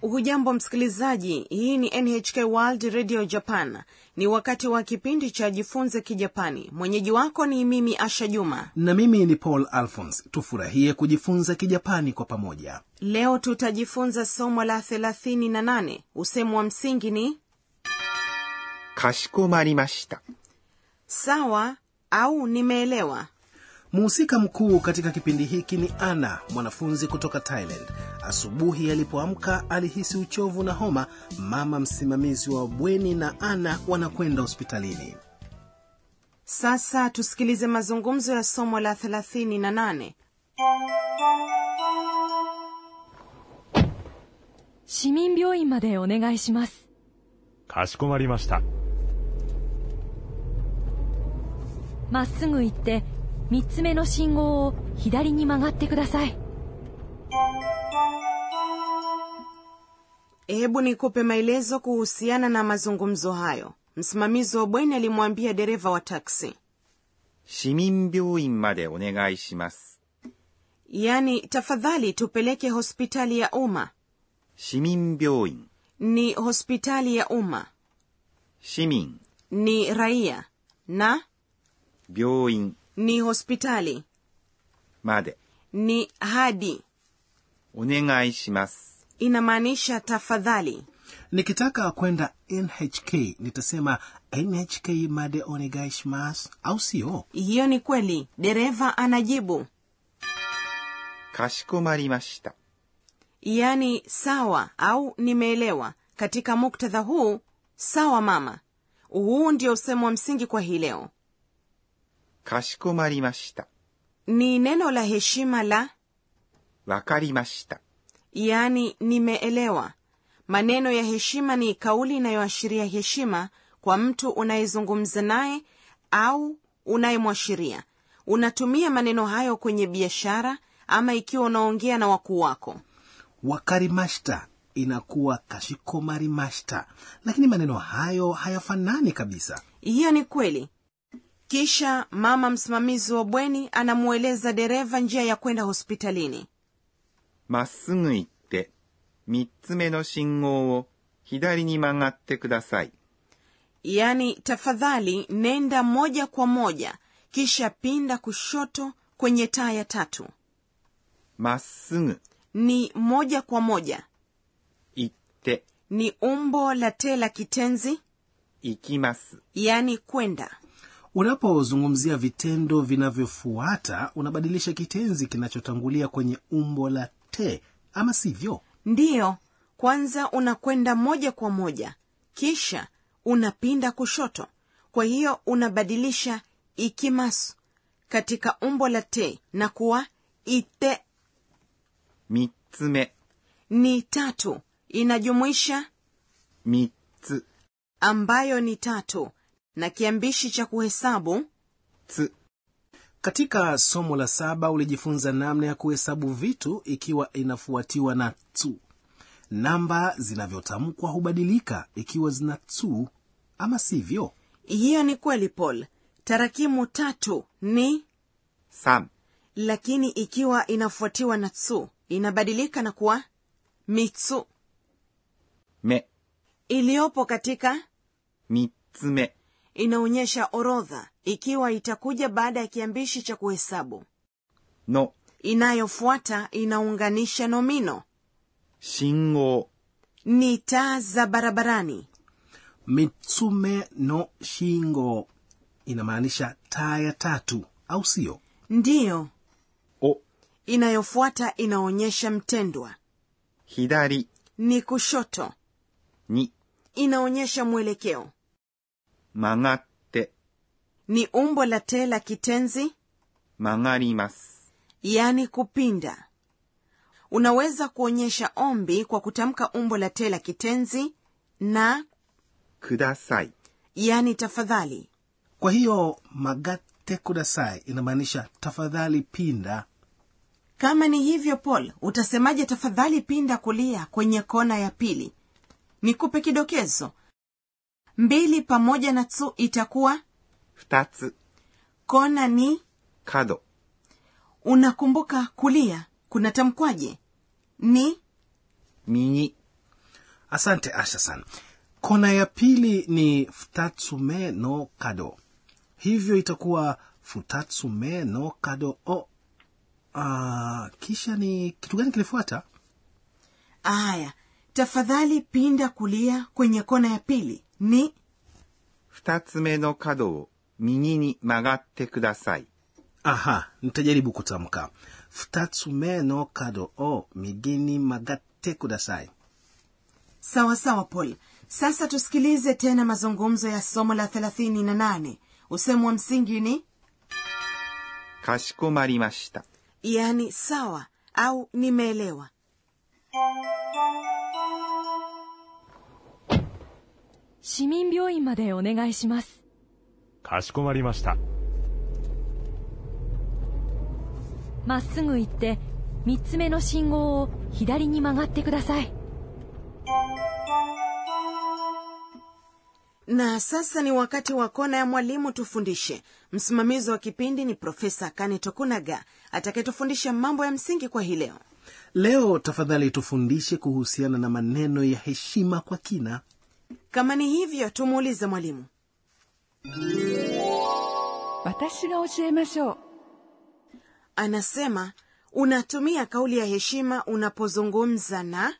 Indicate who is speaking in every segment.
Speaker 1: hujambo msikilizaji hii ni nhk world radio japan ni wakati wa kipindi cha jifunze kijapani mwenyeji wako ni mimi asha juma
Speaker 2: na mimi ni paul alphons tufurahie kujifunza kijapani kwa pamoja
Speaker 1: leo tutajifunza somo la 38 usemu wa msingi ni
Speaker 3: かしこまりました
Speaker 1: sawa au nimeelewa
Speaker 2: mhusika mkuu katika kipindi hiki ni ana mwanafunzi kutoka thailand asubuhi alipoamka alihisi uchovu na homa mama msimamizi wa bweni na ana wanakwenda hospitalini
Speaker 1: sasa tusikilize mazungumzo ya somo la 38
Speaker 4: 市民病院までお願いします
Speaker 5: かしこまりました
Speaker 4: まっすぐ行って3つ目の信号を左に曲がってください
Speaker 1: hebu nikupe maelezo kuhusiana na mazungumzo hayo msimamizi wa bweni alimwambia dereva wa taksi
Speaker 3: 市民病院までお願いします
Speaker 1: yaani tafadhali tupeleke hospitali ya umma
Speaker 3: 市民病院
Speaker 1: ni hospitali ya umma
Speaker 3: 市民
Speaker 1: ni raia na
Speaker 3: 病院
Speaker 1: ni hospitali
Speaker 3: まで
Speaker 1: ni hadi
Speaker 3: お願いします
Speaker 1: inamaanisha tafadhali
Speaker 2: nikitaka kwenda nhk nitasema nhk made onegaishmas au sio
Speaker 1: hiyo ni kweli dereva anajibu
Speaker 3: かしこまりました
Speaker 1: yaani sawa au nimeelewa katika muktadha huu sawa mama huu ndio usemo wa msingi kwa hii leo
Speaker 3: かしこまりました
Speaker 1: ni neno la heshima la
Speaker 3: わかりました
Speaker 1: yaani nimeelewa maneno ya heshima ni kauli inayoashiria heshima kwa mtu unayezungumza naye au unayemwashiria unatumia maneno hayo kwenye biashara ama ikiwa unaongea na wakuu wako
Speaker 2: wakarimashta inakuwa kashikomarimashta lakini maneno hayo hayafanani kabisa
Speaker 1: hiyo ni kweli kisha mama msimamizi wa bweni anamweleza dereva njia ya kwenda hospitalini
Speaker 3: まっすぐ行って3つ目の信号を左に曲がってください
Speaker 1: yaani tafadhali nenda moja kwa moja kisha pinda kushoto kwenye taa ya tatu
Speaker 3: まっすぐ
Speaker 1: ni moja kwa moja
Speaker 3: 行って
Speaker 1: ni umbo la te la kitenzi
Speaker 3: 行きます
Speaker 1: yaani kwenda
Speaker 2: unapozungumzia vitendo vinavyofuata unabadilisha kitenzi kinachotangulia kwenye umbo la te ama sivyo
Speaker 1: ndiyo kwanza unakwenda moja kwa moja kisha unapinda kushoto kwa hiyo unabadilisha ikimasu katika umbo la te na kuwa ite
Speaker 3: 3つ目
Speaker 1: ni tatu inajumuisha
Speaker 3: 3つ
Speaker 1: ambayo ni tatu na kiambishi cha kuhesabu
Speaker 3: つ
Speaker 2: katika somo la saba ulijifunza namna ya kuhesabu vitu ikiwa inafuatiwa na tu namba zinavyotamkwa hubadilika ikiwa zina tu ama sivyo
Speaker 1: hiyo ni kweli paul tarakimu tatu ni
Speaker 3: 3
Speaker 1: lakini ikiwa inafuatiwa na tsu inabadilika na kuwa mitsu
Speaker 3: 目
Speaker 1: iliyopo katika
Speaker 3: 3つ目
Speaker 1: inaonyesha orodha ikiwa itakuja baada ya kiambishi cha kuhesabu
Speaker 3: の
Speaker 1: inayofuata inaunganisha nomino
Speaker 3: 信号
Speaker 1: ni taa za barabarani
Speaker 2: mitsume no shingo inamaanisha taa ya tatu au sio
Speaker 1: ndiyo
Speaker 3: を
Speaker 1: inayofuata inaonyesha mtendwa
Speaker 3: 左
Speaker 1: ni kushoto
Speaker 3: に
Speaker 1: inaonyesha mwelekeo
Speaker 3: 曲がって
Speaker 1: ni umbo la te la kitenzi
Speaker 3: 曲がります。
Speaker 1: yaani kupinda unaweza kuonyesha ombi kwa kutamka umbo la te la kitenzi na
Speaker 3: ください。
Speaker 1: yaani tafadhali
Speaker 2: kwa hiyo magate kudasai inamaanisha tafadhali pinda
Speaker 1: kama ni hivyo paul utasemaje tafadhali pinda kulia kwenye kona ya pili nikupe kidokezo mbili pamoja na tsu itakuwa
Speaker 3: 二つ、
Speaker 1: kona ni
Speaker 3: 角、
Speaker 1: unakumbuka kulia kunatamkwaje ni
Speaker 3: 右、
Speaker 2: asante asha san kona ya pili ni futatsume no kado hivyo itakuwa futatsume no kado o ah, kisha ni kitu gani kilifuata
Speaker 1: aya tafadhali pinda kulia kwenye kona ya pili ni
Speaker 3: 二つ目の角を右に曲がってください。
Speaker 2: aha nitajaribu kutamka futatsume no kado o migini magate kudasai
Speaker 1: sawa sawa paul sasa tusikilize tena mazungumzo ya somo la 38 usemu wa msingi ni
Speaker 3: かしこまりました。
Speaker 1: yani "Yaani sawa au nimeelewa
Speaker 4: 市民病院までお願いします
Speaker 5: かしこまりました。
Speaker 4: まっすぐ行って3つ目の信号を左に曲がってください
Speaker 1: na sasa ni wakati wa kona ya mwalimu tufundishe msimamizi wa kipindi ni profesa kane tokunaga atakayetufundisha mambo ya msingi kwa hii leo
Speaker 2: leo tafadhali tufundishe kuhusiana na maneno ya heshima kwa kina
Speaker 1: kama ni hivyo tumuulize mwalimu
Speaker 6: 私が教えましょう
Speaker 1: anasema unatumia kauli ya heshima unapozungumza na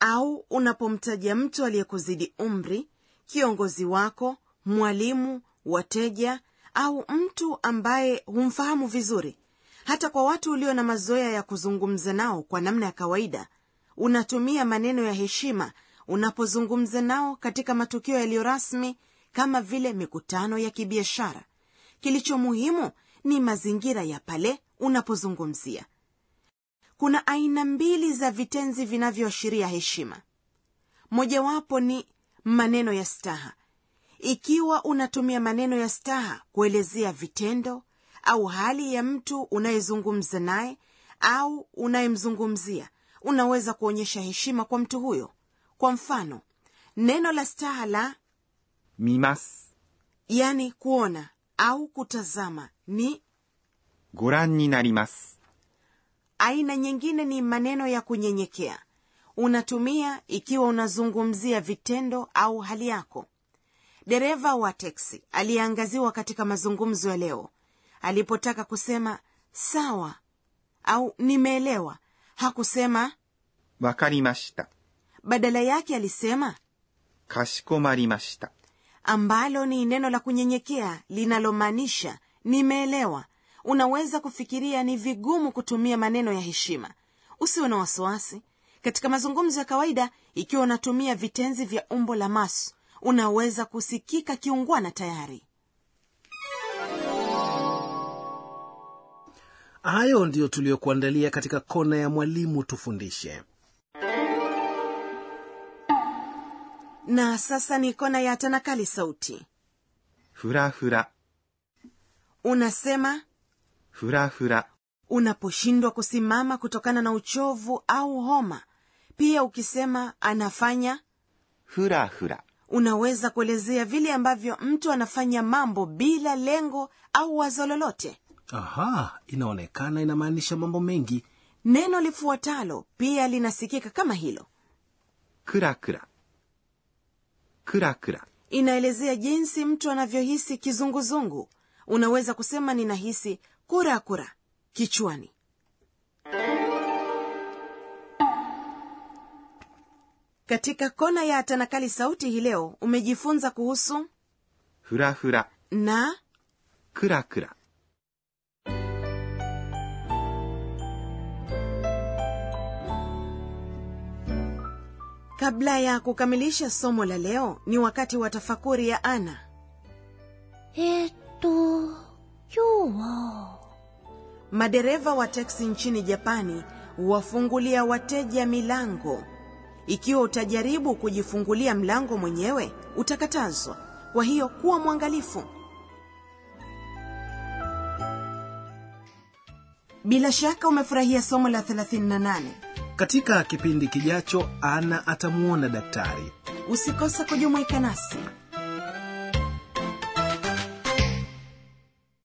Speaker 1: au unapomtaja mtu aliyekuzidi umri kiongozi wako mwalimu wateja au mtu ambaye humfahamu vizuri hata kwa watu ulio na mazoea ya kuzungumza nao kwa namna ya kawaida unatumia maneno ya heshima unapozungumza nao katika matukio yaliyo rasmi kama vile mikutano ya kibiashara kilicho muhimu ni mazingira ya pale unapozungumzia kuna aina mbili za vitenzi vinavyoashiria heshima mojawapo ni maneno ya staha ikiwa unatumia maneno ya staha kuelezea vitendo au hali ya mtu unayezungumza naye au unayemzungumzia unaweza kuonyesha heshima kwa mtu huyo kwa mfano neno la staha la
Speaker 3: 見ます。
Speaker 1: yani kuona au kutazama ni
Speaker 3: ご覧になります。
Speaker 1: aina nyingine ni maneno ya kunyenyekea unatumia ikiwa unazungumzia vitendo au hali yako dereva wa teksi aliyeangaziwa katika mazungumzo ya leo alipotaka kusema sawa au nimeelewa hakusema
Speaker 3: わかりました。
Speaker 1: badala yake alisema
Speaker 3: かしこまりました。
Speaker 1: ambalo ni neno la kunyenyekea linalomaanisha nimeelewa unaweza kufikiria ni vigumu kutumia maneno ya heshima usiwe na wasiwasi katika mazungumzo ya kawaida ikiwa unatumia vitenzi vya umbo la masu unaweza kusikika kiungwana tayari
Speaker 2: hayo ndiyo tuliyokuandalia katika kona ya mwalimu tufundishe
Speaker 1: na sasa ni kona ya tanakali sauti
Speaker 3: ふらふら、
Speaker 1: unasema
Speaker 3: ふらふら、
Speaker 1: unaposhindwa kusimama kutokana na uchovu au homa pia ukisema anafanya
Speaker 3: ふらふら、
Speaker 1: unaweza kuelezea vile ambavyo mtu anafanya mambo bila lengo au wazo lolote
Speaker 2: aha inaonekana inamaanisha mambo mengi
Speaker 1: neno lifuatalo pia linasikika kama hilo
Speaker 3: くらくら。くらくら、
Speaker 1: inaelezea jinsi mtu anavyohisi kizunguzungu unaweza kusema ninahisi kura kura kichwani katika kona ya tanakali sauti hii leo umejifunza kuhusu
Speaker 3: ふらふら、
Speaker 1: na
Speaker 3: くらくら。
Speaker 1: kabla ya kukamilisha somo la leo ni wakati wa tafakuri ya ana
Speaker 7: えーっと、今日は、
Speaker 1: madereva wa teksi nchini japani wafungulia wateja milango ikiwa utajaribu kujifungulia mlango mwenyewe utakatazwa kwa hiyo kuwa mwangalifu bila shaka umefurahia somo la 38
Speaker 2: katika kipindi kijacho ana atamuona daktari
Speaker 1: usikose kujumuika nasi